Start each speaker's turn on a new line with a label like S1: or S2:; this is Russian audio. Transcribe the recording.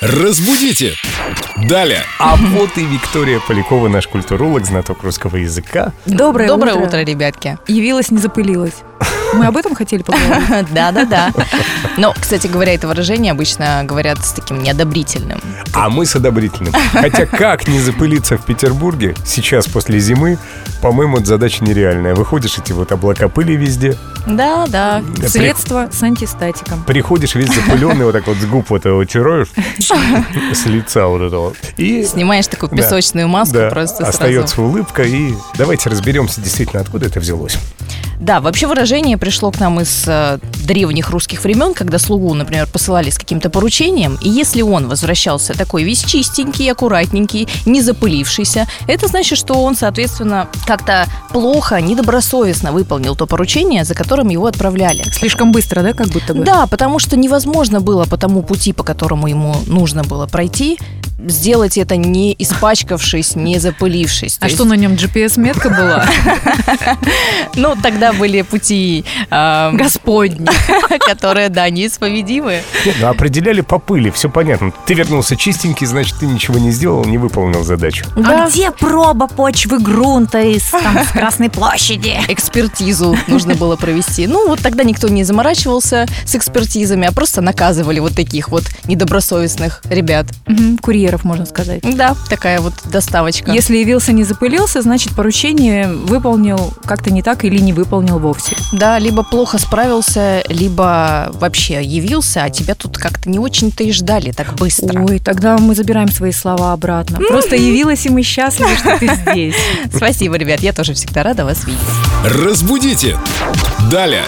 S1: Разбудите! Далее!
S2: А вот и Виктория Полякова, наш культуролог, знаток русского языка.
S3: Доброе,
S4: Доброе утро, ребятки.
S3: Явилась, не запылилась. Мы об этом хотели поговорить?
S4: Да-да-да. Но, кстати говоря, это выражение обычно говорят с таким неодобрительным.
S2: А мы с одобрительным. Хотя как не запылиться в Петербурге сейчас после зимы, по-моему, это задача нереальная. Выходишь, эти вот облака пыли везде,
S4: Да-да.
S2: при-
S3: Средство с антистатиком.
S2: приходишь весь запыленный, вот так вот с губ вот этого чаруешь, с лица вот этого. И
S4: Снимаешь такую
S2: Да.
S4: песочную маску
S2: да,
S4: просто сразу.
S2: остается улыбка, и давайте разберемся действительно, откуда это взялось.
S4: Да, вообще выражение пришло к нам из э, древних русских времен, когда слугу, например, посылали с каким-то поручением, и если он возвращался такой весь чистенький, аккуратненький, не запылившийся, это значит, что он, соответственно, как-то плохо, недобросовестно выполнил то поручение, за которым его отправляли.
S3: Слишком быстро, да, как будто бы?
S4: Да, потому что невозможно было по тому пути, по которому ему нужно было пройти, сделать это не испачкавшись, не запылившись.
S3: А
S4: То есть-
S3: что, на нем GPS-метка была?
S4: Ну, тогда были пути, эм,
S3: Господни.
S4: которые, да, неисповедимы.
S2: Нет, ну, определяли по пыли, все понятно. Ты вернулся чистенький, значит, ты ничего не сделал, не выполнил задачу.
S4: Да.
S5: А где проба почвы грунта из там, с Красной площади?
S4: экспертизу нужно было провести. Ну, вот тогда никто не заморачивался с экспертизами, а просто наказывали вот таких вот недобросовестных ребят.
S3: Мгм, Курьеров, можно сказать.
S4: Да, такая вот доставочка.
S3: Если явился, не запылился, значит, поручение выполнил как-то не так или не выполнил вовсе.
S4: Да, либо плохо справился, либо вообще явился, а тебя тут как-то не очень-то и ждали так быстро.
S3: Ой, тогда мы забираем свои слова обратно.
S5: Ну
S3: Просто явилась, и мы счастливы, что ты здесь.
S4: Спасибо, ребят, я тоже всегда рада вас видеть.
S1: Разбудите! Далее!